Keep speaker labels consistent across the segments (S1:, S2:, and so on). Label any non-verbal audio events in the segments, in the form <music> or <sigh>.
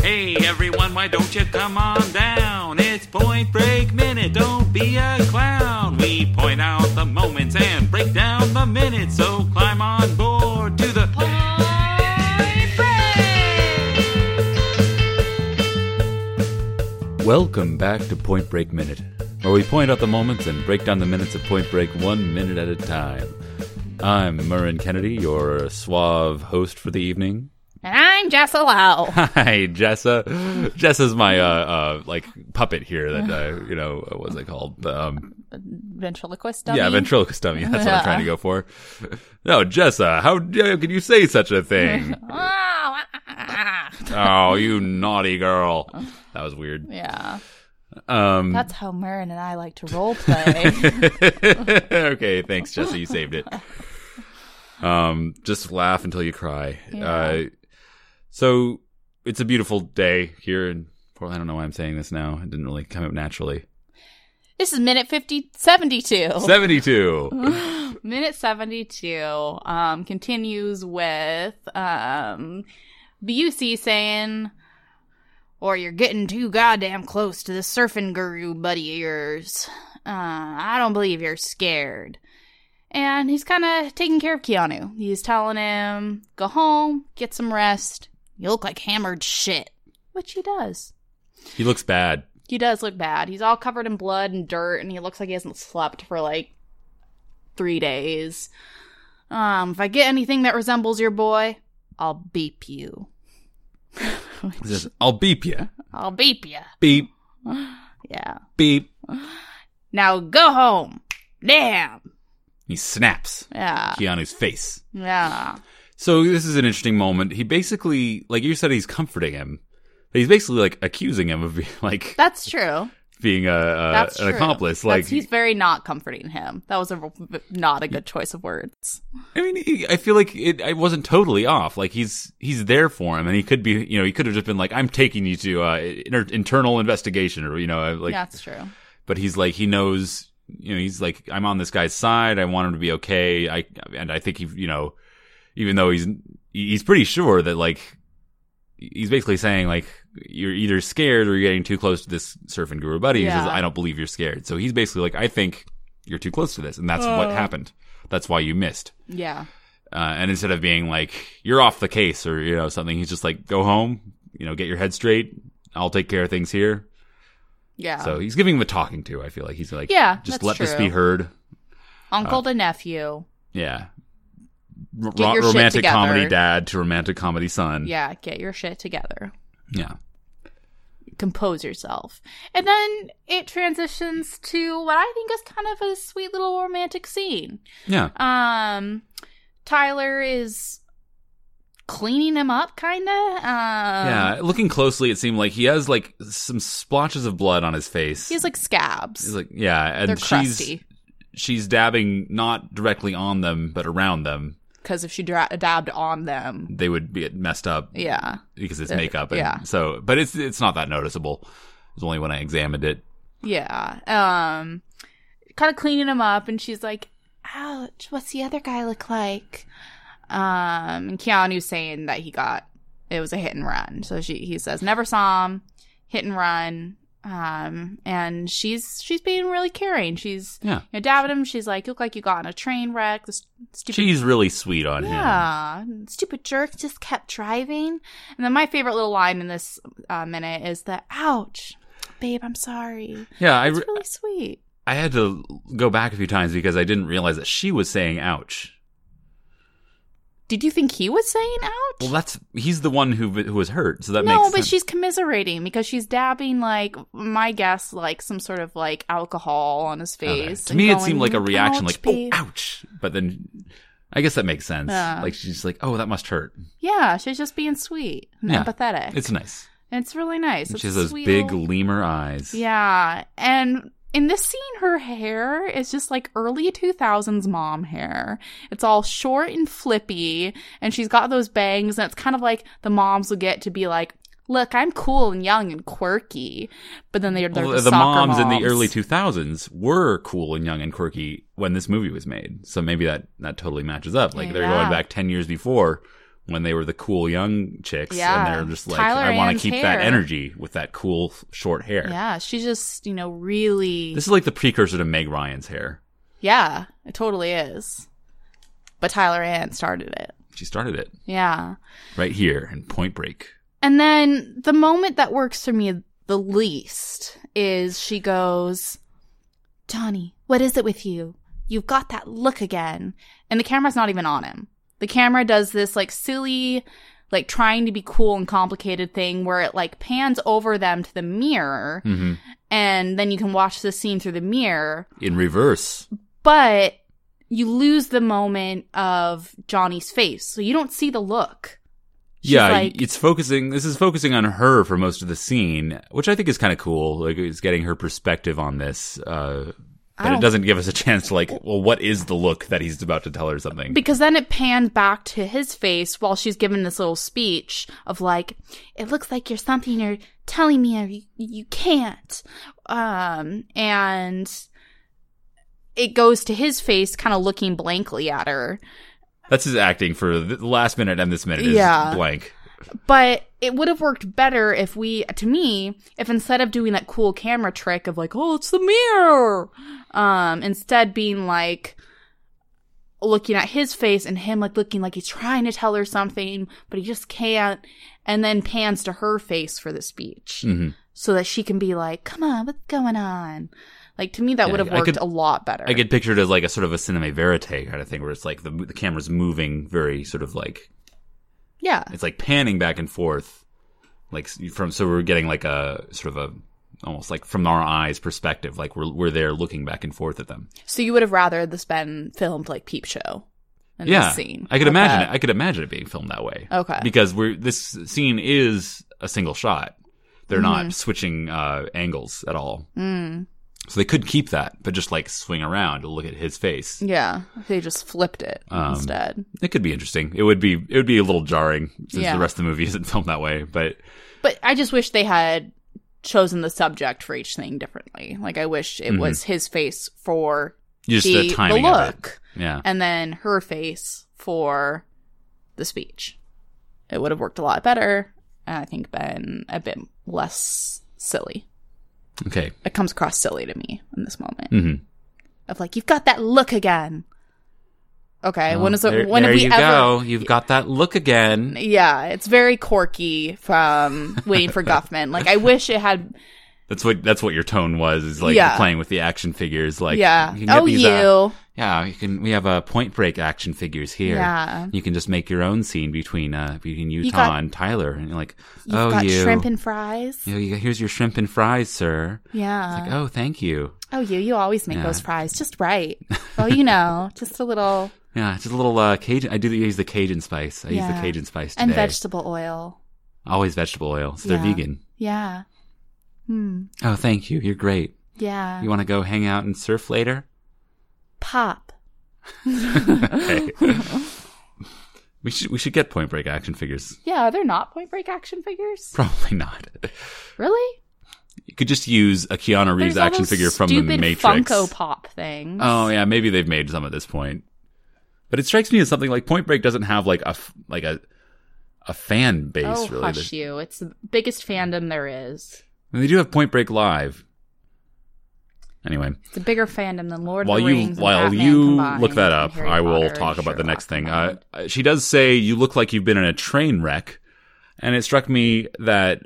S1: Hey everyone, why don't you come on down? It's Point Break Minute, don't be a clown. We point out the moments and break down the minutes, so climb on board to the Welcome back to Point Break Minute, where we point out the moments and break down the minutes of Point Break one minute at a time. I'm Murren Kennedy, your suave host for the evening.
S2: And I'm Jess
S1: <laughs>
S2: Allow.
S1: Hi, Jessa. Jessa's my uh, uh like puppet here that uh, you know what's it called? Um,
S2: Ventriloquist dummy.
S1: yeah, ventriloquist dummy. That's what I'm
S2: Yeah.
S1: trying to go for. <laughs> No, Jessa, how dare could you say such a thing?
S2: Ah, ah, ah, ah.
S1: oh, you naughty girl. That was weird.
S2: yeah.
S1: Um, <laughs>
S2: That's how Marin and I like to role play.
S1: okay, thanks, Jesse. You saved it. Um, just laugh until you cry. Uh, so it's a beautiful day here in Portland. I don't know why I'm saying this now. It didn't really come up naturally.
S2: this is minute 50, 72.
S1: 72.
S2: minute 72 um, continues with um, Busey saying, or you're getting too goddamn close to the surfing guru buddy of yours. Uh, I don't believe you're scared. And he's kind of taking care of Keanu. He's telling him, go home, get some rest. You look like hammered shit. Which he does.
S1: he looks bad.
S2: He does look bad. He's all covered in blood and dirt, and he looks like he hasn't slept for like three days. Um, if I get anything that resembles your boy, I'll beep you.
S1: <laughs> He says, I'll beep you.
S2: <laughs> I'll beep you.
S1: Beep,
S2: Yeah.
S1: beep.
S2: Now go home. Damn.
S1: He snaps
S2: Yeah.
S1: Keanu's face.
S2: Yeah.
S1: So this is an interesting moment. He basically, like you said, he's comforting him. He's basically like accusing him of being <laughs> like
S2: That's true.
S1: being a, a
S2: That's
S1: uh, an
S2: true.
S1: accomplice.
S2: That's-
S1: Like
S2: he's very not comforting him. That was a, not a good choice of words.
S1: I mean, he- I feel like it. I wasn't totally off. Like he's he's there for him, and he could be. You know, he could have just been like, "I'm taking you to uh, inter- internal investigation," or you know, like.
S2: That's true.
S1: But he's like, he knows. You know, he's like, I'm on this guy's side. I want him to be okay. I and I think he, you know, even though he's he's pretty sure that like he's basically saying like you're either scared or you're getting too close to this surfing guru buddy. He says,
S2: Yeah.
S1: "I don't believe you're scared." So he's basically like, "I think you're too close to this," and that's what happened. That's why you missed
S2: Yeah.
S1: uh, and instead of being like you're off the case or you know something he's just like go home you know get your head straight i'll take care of things here
S2: Yeah.
S1: so he's giving him a talking to i feel like he's like
S2: Yeah,
S1: just
S2: that's
S1: let this
S2: true.
S1: be heard
S2: Uncle to nephew.
S1: yeah
S2: Get your shit
S1: romantic
S2: together.
S1: comedy dad to romantic comedy son
S2: Yeah. Get your shit together.
S1: yeah
S2: compose yourself. And then it transitions to what I think is kind of a sweet little romantic scene.
S1: yeah
S2: Um Tyler is cleaning him up kind of. Um
S1: yeah looking closely it seemed like he has like some splotches of blood on his face
S2: He's like scabs.
S1: He's like yeah and
S2: They're
S1: she's
S2: crusty.
S1: she's dabbing not directly on them but around them
S2: Because if she dra- dabbed on them,
S1: they would be messed up
S2: yeah.
S1: because it's makeup. And
S2: Uh, yeah.
S1: So, but it's it's not that noticeable. It's only when I examined it.
S2: Yeah. Um kind of cleaning him up and she's like, "Ouch, what's the other guy look like?" Um and Keanu's saying that he got it was a hit and run. So she he says, "Never saw him. Hit and run." Um and she's she's being really caring. She's
S1: Yeah.
S2: you know, dabbing him. She's like, "You look like you got in a train wreck." This stupid
S1: She's really sweet on him.
S2: yeah. Stupid jerk just kept driving. And then my favorite little line in this uh, minute is that, ouch, babe, I'm sorry.
S1: Yeah. I
S2: It's
S1: re-
S2: really sweet.
S1: I had to go back a few times because I didn't realize that she was saying "ouch."
S2: Did you think he was saying ouch?
S1: Well, that's he's the one who who was hurt, so that
S2: no,
S1: makes
S2: but
S1: sense.
S2: she's commiserating because she's dabbing like my guess, like some sort of like alcohol on his
S1: Okay.
S2: face.
S1: To
S2: and
S1: me, it
S2: going,
S1: seemed like a reaction,
S2: "Ouch,
S1: like "oh,
S2: babe."
S1: ouch," but then. I guess that makes sense.
S2: Yeah.
S1: Like she's like, "Oh, that must hurt."
S2: yeah, she's just being sweet and
S1: Yeah.
S2: empathetic.
S1: It's
S2: It's,
S1: nice.
S2: really nice.
S1: And
S2: It's
S1: she has
S2: a
S1: those
S2: sweet
S1: big
S2: little-
S1: lemur eyes.
S2: yeah, and in this scene, her hair is just like early two thousands mom hair. It's all short and flippy, and she's got those bangs, and it's kind of like the moms would get to be like. Look, I'm cool and young and quirky, but then they're, they're
S1: Well,
S2: just
S1: the
S2: soccer
S1: moms, in the early
S2: moms.
S1: 2000s were cool and young and quirky when this movie was made. So maybe that that totally matches up. Like they're
S2: Yeah.
S1: going back 10 years before when they were the cool young chicks,
S2: Yeah.
S1: and they're just like,
S2: Tyler
S1: I want to
S2: Ann's
S1: keep that
S2: hair.
S1: energy with that cool short hair.
S2: Yeah, she's just, you know, really.
S1: This is like the precursor to Meg Ryan's hair.
S2: yeah, it totally is. But Tyler Ann started it.
S1: She started it
S2: Yeah.
S1: right here in Point Break.
S2: And then the moment that works for me the least is she goes, Johnny, what is it with you? You've got that look again. And the camera's not even on him. The camera does this like silly, like trying to be cool and complicated thing where it like pans over them to the mirror
S1: hmm
S2: and then you can watch the scene through the mirror
S1: In reverse,
S2: but you lose the moment of Johnny's face. So you don't see the look. She's
S1: yeah,
S2: like-
S1: it's focusing. This is focusing on her for most of the scene, which I think is kind of cool. Like, it's getting her perspective on this. Uh,
S2: I
S1: but it
S2: don't-
S1: doesn't give us a chance to like, well, what is the look that he's about to tell her something?
S2: Because then it pans back to his face while she's giving this little speech of like, it looks like you're something you're telling me you, you can't. Um, and it goes to his face kind of looking blankly at her.
S1: That's his acting for the last minute and this minute is
S2: Yeah.
S1: blank.
S2: But it would have worked better if we, to me, if instead of doing that cool camera trick of like, oh, it's the mirror, um, instead being like looking at his face and him like looking like he's trying to tell her something, but he just can't, and then pans to her face for the speech
S1: hmm
S2: so that she can be like, come on, what's going on? Like, to me, that
S1: Yeah,
S2: would have
S1: I
S2: worked
S1: could-
S2: a lot better.
S1: I get pictured as like a sort of a cinema verite kind of thing, where it's like the the camera's moving very sort of like
S2: yeah.
S1: it's like panning back and forth, like s- from so we're getting like a sort of a almost like from our eyes perspective, like we're we're there looking back and forth at them.
S2: So you would have rather this been filmed like Peep Show in
S1: yeah,
S2: this scene.
S1: I could
S2: Okay.
S1: imagine it. I could imagine it being filmed that way.
S2: Okay.
S1: because we're this scene is a single shot. They're not switching uh, angles at all,
S2: Mm.
S1: so they could keep that, but just like swing around to look at his face.
S2: Yeah, they just flipped it
S1: Um,
S2: instead.
S1: It could be interesting. It would be it would be a little jarring since
S2: Yeah.
S1: the rest of the movie <laughs> isn't filmed that way. But
S2: But I just wish they had chosen the subject for each thing differently. Like I wish it
S1: Mhm.
S2: was his face for
S1: just
S2: the,
S1: the,
S2: the
S1: timing of it.
S2: look,
S1: Yeah.
S2: and then her face for the speech. It would have worked a lot better, and I think been a bit less silly.
S1: Okay.
S2: It comes across silly to me in this moment
S1: hmm
S2: of like you've got that look again. Okay, when is it?
S1: there,
S2: when
S1: there
S2: have we
S1: you
S2: ever?
S1: go. You've got that look again.
S2: Yeah, it's very quirky from Waiting for Guffman. Like I wish it had
S1: That's what that's what your tone was. Is like
S2: Yeah.
S1: playing with the action figures. Like
S2: yeah.
S1: You can get
S2: Oh
S1: these,
S2: you.
S1: uh, yeah. You can. We have a Point Break action figures here.
S2: Yeah.
S1: You can just make your own scene between uh between Utah
S2: got-
S1: and Tyler, and you're like,
S2: You've
S1: oh
S2: got
S1: you,
S2: shrimp and fries.
S1: you, know, you- here's your shrimp and fries, sir.
S2: Yeah.
S1: Like, oh, thank you.
S2: oh you, you always make
S1: Yeah.
S2: those fries
S1: <laughs>
S2: just right. Well, you know, just a little
S1: Yeah, it's a little uh, Cajun. I do use the Cajun spice. I use
S2: Yeah.
S1: the Cajun spice today.
S2: and vegetable oil.
S1: Always vegetable oil. So they're
S2: Yeah.
S1: vegan.
S2: Yeah. Hmm.
S1: Oh, thank you. You're great.
S2: Yeah.
S1: You want to go hang out and surf later?
S2: <laughs>
S1: <laughs>
S2: Pop.
S1: Okay. we should we should get Point Break action figures. <laughs>
S2: Yeah, they're not Point Break action figures.
S1: Probably not.
S2: Really?
S1: You could just use a Keanu Reeves
S2: There's all
S1: action
S2: those
S1: figure from the
S2: stupid
S1: Matrix.
S2: Funko Pop things.
S1: Oh yeah, maybe they've made some at this point. But it strikes me as something like Point Break doesn't have like a f- like a a fan base
S2: Oh,
S1: really.
S2: hush you. It's the biggest fandom there is.
S1: They do have Point Break Live. Anyway,
S2: It's a bigger fandom than Lord
S1: while
S2: of the
S1: you
S2: Rings. and
S1: while
S2: Batman
S1: you
S2: combined
S1: look that
S2: and
S1: up,
S2: Harry
S1: I will
S2: Potter
S1: talk
S2: and
S1: about the
S2: Sherlock
S1: next thing. Uh,
S2: combined.
S1: she does say you look like you've been in a train wreck, and it struck me that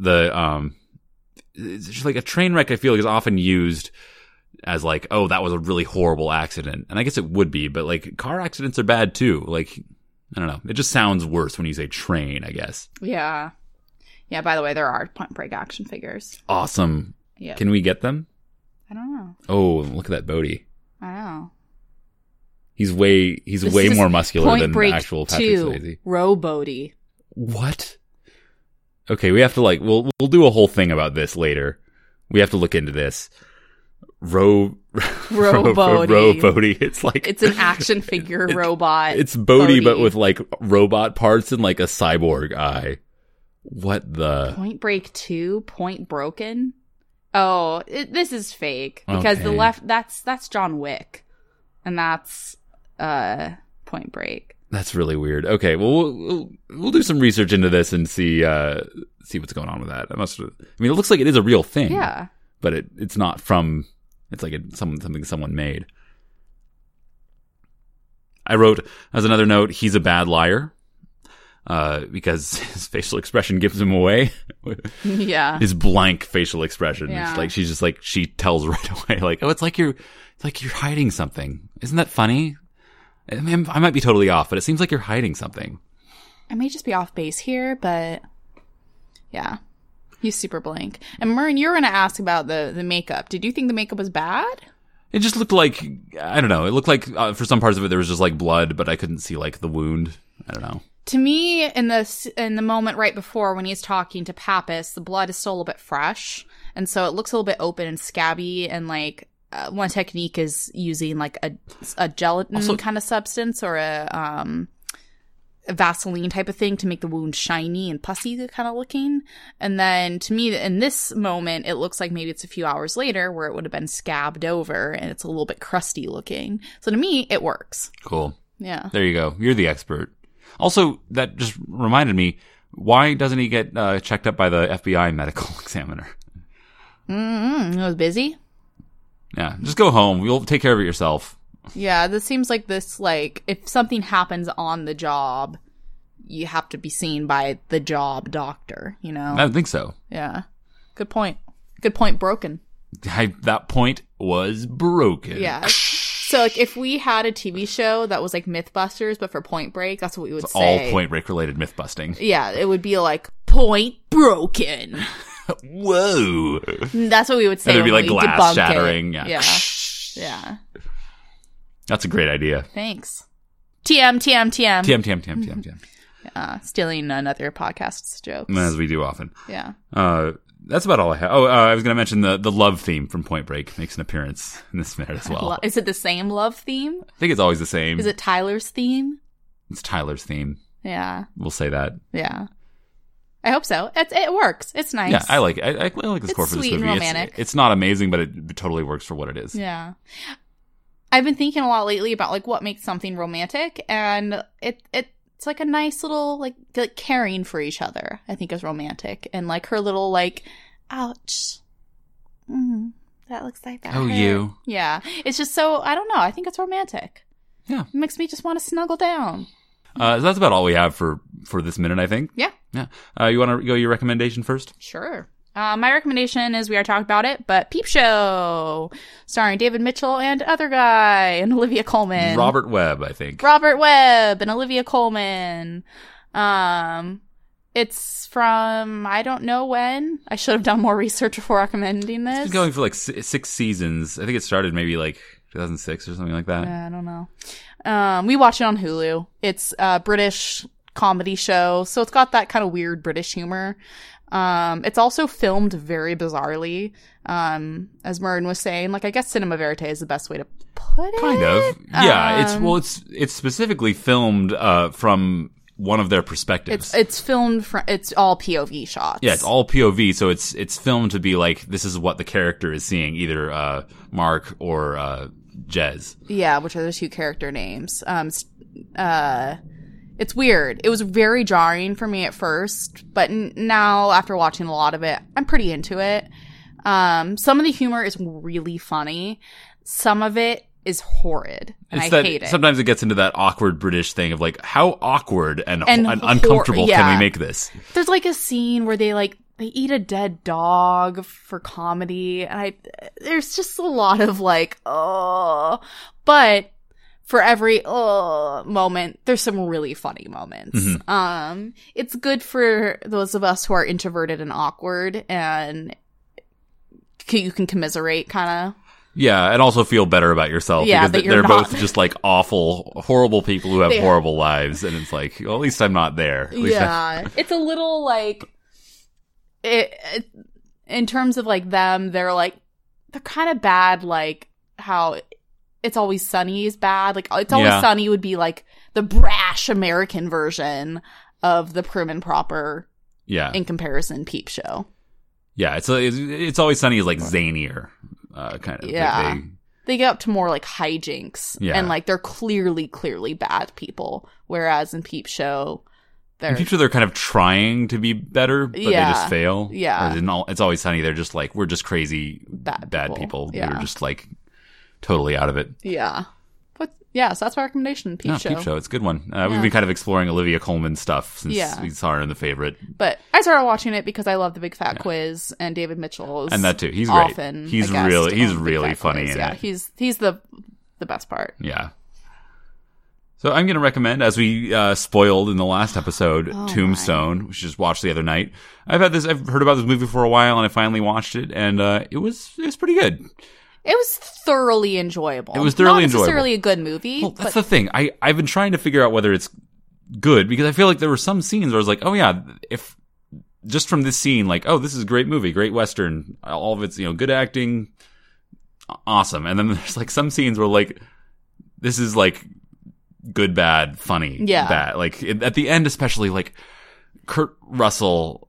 S1: the um, it's just like a train wreck. I feel like is often used as like, oh, that was a really horrible accident, and I guess it would be, but like car accidents are bad too. Like I don't know, it just sounds worse when you say train. I guess
S2: yeah, yeah. By the way, there are Point Break action figures.
S1: awesome.
S2: Yeah,
S1: Can we get them?
S2: I don't know.
S1: Oh, look at that Bodie.
S2: I know.
S1: He's way he's
S2: This
S1: way
S2: is
S1: more muscular
S2: Point
S1: than
S2: Break
S1: actual Patrick
S2: Two,
S1: Swayze.
S2: Rowboaty.
S1: What? Okay, we have to like we'll we'll do a whole thing about this later. We have to look into this. <laughs> Row
S2: Row Bodhi.
S1: Row Bodhi. It's like
S2: It's an action figure robot.
S1: <laughs> It's Bodhi, but
S2: Bodhi.
S1: with like robot parts and like a cyborg eye. What the?
S2: Point Break Two, Point Broken. Oh, it, this is fake because the
S1: Okay.
S2: left. That's that's John Wick, and that's uh Point Break.
S1: That's really weird. Okay, well, we'll we'll- we'll do some research into this and see uh, see what's going on with that. I must. I mean, it looks like it is a real thing.
S2: Yeah. <laughs>
S1: but it it's not from. It's like a, some, something someone made. I wrote as another note. He's a bad liar, uh, because <laughs> his facial expression gives him away. <laughs>
S2: Yeah.
S1: his blank facial expression.
S2: Yeah.
S1: It's like she's just like she tells <laughs> right away, like, "Oh, it's like you're, it's like you're hiding something." Isn't that funny? I, mean, I might be totally off, but it seems like you're hiding something.
S2: I may just be off base here, but yeah. He's super blank. And Myrn, you were gonna ask about the the makeup. Did you think the makeup was bad?
S1: It just looked like I don't know. It looked like uh, for some parts of it there was just like blood, but I couldn't see like the wound. I don't know.
S2: To me, in the in the moment right before when he's talking to Pappas, the blood is still a little bit fresh, and so it looks a little bit open and scabby. And like uh, one technique is using like a a gelatin
S1: Also-
S2: kind of substance or a um a Vaseline type of thing to make the wound shiny and pussy kind of looking. And then to me, in this moment, it looks like maybe it's a few hours later where it would have been scabbed over and it's a little bit crusty looking. So to me, it works.
S1: Cool.
S2: Yeah.
S1: There you go. You're the expert. Also, that just reminded me. Why doesn't he get uh, checked up by the FBI medical <laughs> examiner?
S2: Mm-hmm. It was busy.
S1: Yeah, just go home. You'll take care of it yourself.
S2: Yeah, this seems like this like if something happens on the job, you have to be seen by the job doctor, you know.
S1: I don't think so.
S2: yeah. Good point. Good point broken.
S1: I, that point was broken. <laughs>
S2: Yeah. So like if we had a TV show that was like Mythbusters but for Point Break, that's what we would
S1: All
S2: say.
S1: point break related myth busting.
S2: Yeah, it would be like Point Broken. <laughs>
S1: Whoa.
S2: That's what we would say.
S1: And it'd be
S2: when
S1: like
S2: we debunk
S1: glass
S2: it.
S1: shattering.
S2: Yeah. Yeah.
S1: That's a great idea.
S2: Thanks. TM TM TM.
S1: TM, TM, TM, TM, TM.
S2: <laughs> Uh, stealing another podcast's jokes.
S1: As we do often.
S2: Yeah.
S1: Uh, that's about all I have. Oh, uh, I was going to mention the, the love theme from Point Break makes an appearance in this minute as well. Hmm.
S2: Lo-
S1: I
S2: Is it the same love theme?
S1: think it's always the same.
S2: Is it Tyler's theme?
S1: It's Tyler's theme.
S2: Yeah,
S1: We'll say that.
S2: yeah. I hope so. It, it works. It's nice.
S1: Yeah, I like it. I, I like the
S2: It's
S1: score for
S2: sweet
S1: this
S2: and
S1: movie.
S2: romantic.
S1: It's, it's not amazing, but it totally works for what it is.
S2: Yeah. I've been thinking a lot lately about like what makes something romantic, and it it it's like a nice little like, like caring for each other. I think is romantic, and like her little like, ouch, mm, that looks like that.
S1: Oh,
S2: hurt."
S1: you.
S2: Yeah, it's just so I don't know. I think it's romantic.
S1: Yeah.
S2: it makes me just want to snuggle down.
S1: Uh, so that's about all we have for, for this minute, I think.
S2: Yeah.
S1: Yeah. Uh, you want to go your recommendation first?
S2: Sure. Uh, my recommendation is we are talking about it, but Peep Show, starring David Mitchell and other guy and <laughs> Olivia Coleman,
S1: Robert Webb, I think.
S2: Robert Webb and Olivia Coleman. Um, it's from I don't know when. I should have done more research before recommending
S1: It's
S2: this.
S1: been going for like si- six seasons. I think it started maybe like 2006 or something like that.
S2: Yeah, I don't know. Um, we watch it on Hulu. It's a British comedy show, so it's got that kind of weird British humor. Um, it's also filmed very bizarrely. Um, as Murren was saying, like I guess cinema verite is the best way to put it.
S1: Kind of. Yeah. it's
S2: Um,
S1: well, it's it's specifically filmed uh, from one of their perspectives.
S2: It's it's filmed from it's all POV shots.
S1: yeah, it's all POV, so it's it's filmed to be like this is what the character is seeing, either uh, Mark or uh, Jez.
S2: Yeah, which are the two character names. Um, s- uh, it's weird. It was very jarring for me at first, but n- now after watching a lot of it, I'm pretty into it. Um, some of the humor is really funny. Some of it is horrid, and
S1: It's
S2: I
S1: that
S2: hate it.
S1: sometimes it gets into that awkward British thing of like how awkward and,
S2: And
S1: and
S2: hor-
S1: uncomfortable can
S2: yeah.
S1: we make this?
S2: There's like a scene where they like they eat a dead dog for comedy, and I there's just a lot of like oh, but for every oh moment, there's some really funny moments.
S1: Mhm.
S2: Um, it's good for those of us who are introverted and awkward, and c- you can commiserate kind of
S1: Yeah, and also feel better about yourself
S2: Yeah,
S1: because
S2: that
S1: th-
S2: you're
S1: they're
S2: not-
S1: both just like awful, horrible people who have
S2: They-
S1: horrible lives, and it's like, well, at least I'm not there. At least I-
S2: yeah it's a little like it, it in terms of like them they're like they're kind of bad like how it's always sunny is bad like it's always
S1: Yeah.
S2: sunny would be like the brash american version of the prim and proper
S1: yeah,
S2: in comparison peep show
S1: yeah. It's it's, it's always sunny is like zanier, uh, kind of. like
S2: Yeah.
S1: they-
S2: they get up to more like hijinks
S1: Yeah.
S2: and like they're clearly clearly bad people whereas in peep show
S1: In
S2: they're
S1: future, they're kind of trying to be better, but they
S2: Yeah.
S1: just fail.
S2: Yeah.
S1: Whereas in all- it's always sunny. They're just like we're just crazy
S2: bad
S1: bad people.
S2: yeah
S1: We're just like totally out of it.
S2: yeah but yeah so that's my recommendation peep,
S1: Yeah,
S2: show.
S1: Peep Show. It's a good one. Uh, We've
S2: Yeah.
S1: been kind of exploring Olivia Coleman stuff since
S2: Yeah.
S1: we saw her in the favorite,
S2: but i started watching it because i love the big fat quiz and david mitchell is
S1: and that too. He's great.
S2: often
S1: he's
S2: a guest
S1: really he's
S2: on Big
S1: really
S2: Fat
S1: funny
S2: Quiz.
S1: in
S2: yeah
S1: it.
S2: he's he's the the best part
S1: Yeah. So I'm going to recommend, as we uh, spoiled in the last
S2: Oh,
S1: episode, Tombstone, which I just watched the other night. I've had this, I've heard about this movie for a while, and I finally watched it, and uh, it was it was pretty good.
S2: it was thoroughly enjoyable
S1: It was thoroughly
S2: Not
S1: enjoyable.
S2: necessarily a good movie
S1: Well,
S2: but
S1: that's the thing. I I've been trying to figure out whether it's good because I feel like there were some scenes where I was like, oh yeah, if just from this scene, like, oh, this is a great movie, great western, all of it's you know good acting, aw- awesome. And then <laughs> there's like some scenes where like this is like good, bad, funny,
S2: Yeah.
S1: bad. Like it- at the end, especially like Kurt Russell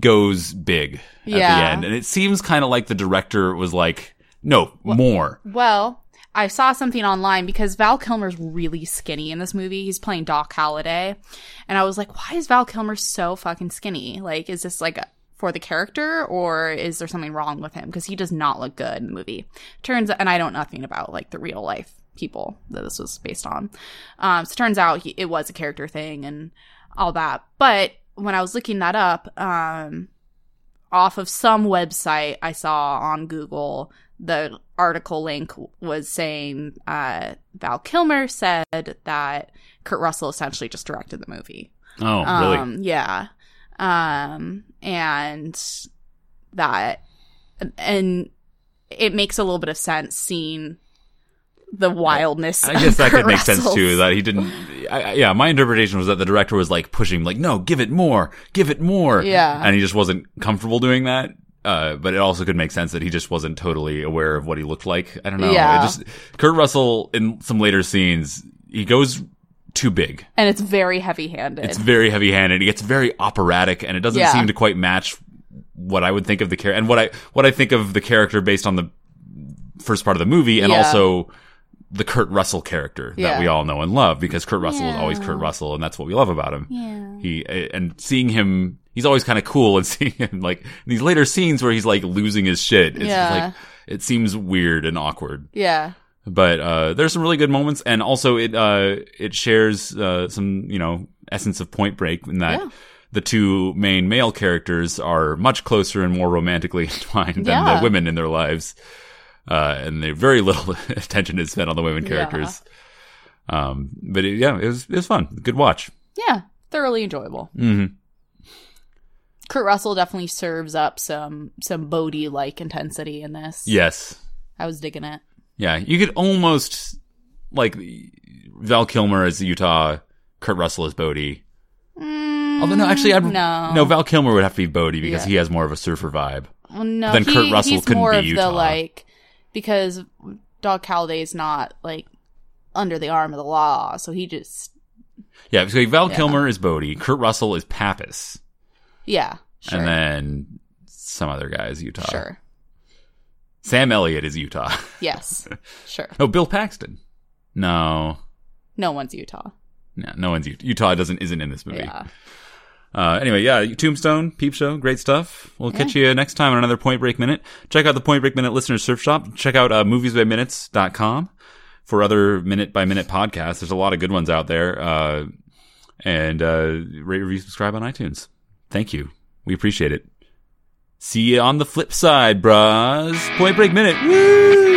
S1: goes big at the
S2: Yeah.
S1: end, and it seems kind of like the director was like, no, more.
S2: Well, I saw something online because Val Kilmer's really skinny in this movie. He's playing Doc Holliday. And I was like, why is Val Kilmer so fucking skinny? Like, is this like for the character or is there something wrong with him? Because he does not look good in the movie. Turns and I don't know nothing about like the real life people that this was based on. Um, so it turns out he, it was a character thing and all that. But when I was looking that up, um, off of some website I saw on Google, the article link was saying uh, Val Kilmer said that Kurt Russell essentially just directed the movie.
S1: Oh, really?
S2: Um, yeah. Um, and that, and it makes a little bit of sense seeing the wildness.
S1: I guess
S2: of
S1: that
S2: Kurt
S1: could make sense
S2: Russell's-
S1: too. That he didn't. I, I- yeah, my interpretation was that the director was like pushing, like, no, give it more, give it more.
S2: Yeah.
S1: and he just wasn't comfortable doing that. Uh, but it also could make sense that he just wasn't totally aware of what he looked like. I don't know. It
S2: Yeah.
S1: just Kurt Russell in some later scenes, he goes too big.
S2: and it's very heavy-handed.
S1: It's very heavy handed. He gets very operatic, and it doesn't
S2: Yeah.
S1: seem to quite match what I would think of the character and what I what I think of the character based on the first part of the movie, and
S2: Yeah.
S1: also the Kurt Russell character that
S2: Yeah.
S1: we all know and love because Kurt Russell is always
S2: Yeah.
S1: Kurt Russell, and that's what we love about him.
S2: yeah.
S1: He and seeing him, he's always kind of cool, and <laughs> seeing him like in these later scenes where he's like losing his shit. It's
S2: Yeah.
S1: like it seems weird and awkward
S2: Yeah.
S1: but uh, there's some really good moments, and also it uh, it shares uh, some you know essence of Point Break in that
S2: Yeah.
S1: the two main male characters are much closer and more romantically <laughs> entwined than
S2: Yeah.
S1: the women in their lives, uh, and they, very little <laughs> attention is spent on the women
S2: Yeah.
S1: characters. Um, but it, yeah, it was it was fun, good watch.
S2: Yeah. Thoroughly enjoyable.
S1: hmm
S2: Kurt Russell definitely serves up some some Bodhi like intensity in this.
S1: Yes,
S2: I was digging it.
S1: yeah, you could almost like Val Kilmer as Utah, Kurt Russell as Bodie. Although no, actually, I'd,
S2: Mm, no,
S1: no. Val Kilmer would have to be Bodie because
S2: Yeah.
S1: he has more of a surfer vibe.
S2: Well, no.
S1: then Kurt
S2: he-
S1: Russell
S2: he's
S1: couldn't
S2: more
S1: be
S2: of
S1: Utah.
S2: the like because Doc Halliday's not like under the arm of the law, so he just
S1: Yeah, so Val
S2: Yeah.
S1: Kilmer is Bodie, Kurt Russell is Pappas,
S2: yeah, sure,
S1: and then some other guy is Utah.
S2: sure,
S1: Sam Elliott is Utah. <laughs>
S2: yes, sure.
S1: no, Bill Paxton. No,
S2: No one's Utah.
S1: no, no one's Utah. Utah doesn't isn't in this movie.
S2: Yeah,
S1: Uh, anyway, yeah, Tombstone, Peep Show, great stuff. We'll catch you next time on another Point Break Minute. Check out the Point Break Minute Listener Surf Shop. Check out uh, moviesbyminutes.com for other minute by minute podcasts. There's a lot of good ones out there. Uh, and uh, rate, review, subscribe on iTunes. Thank you. We appreciate it. See you on the flip side, bras. Point Break Minute. Woo!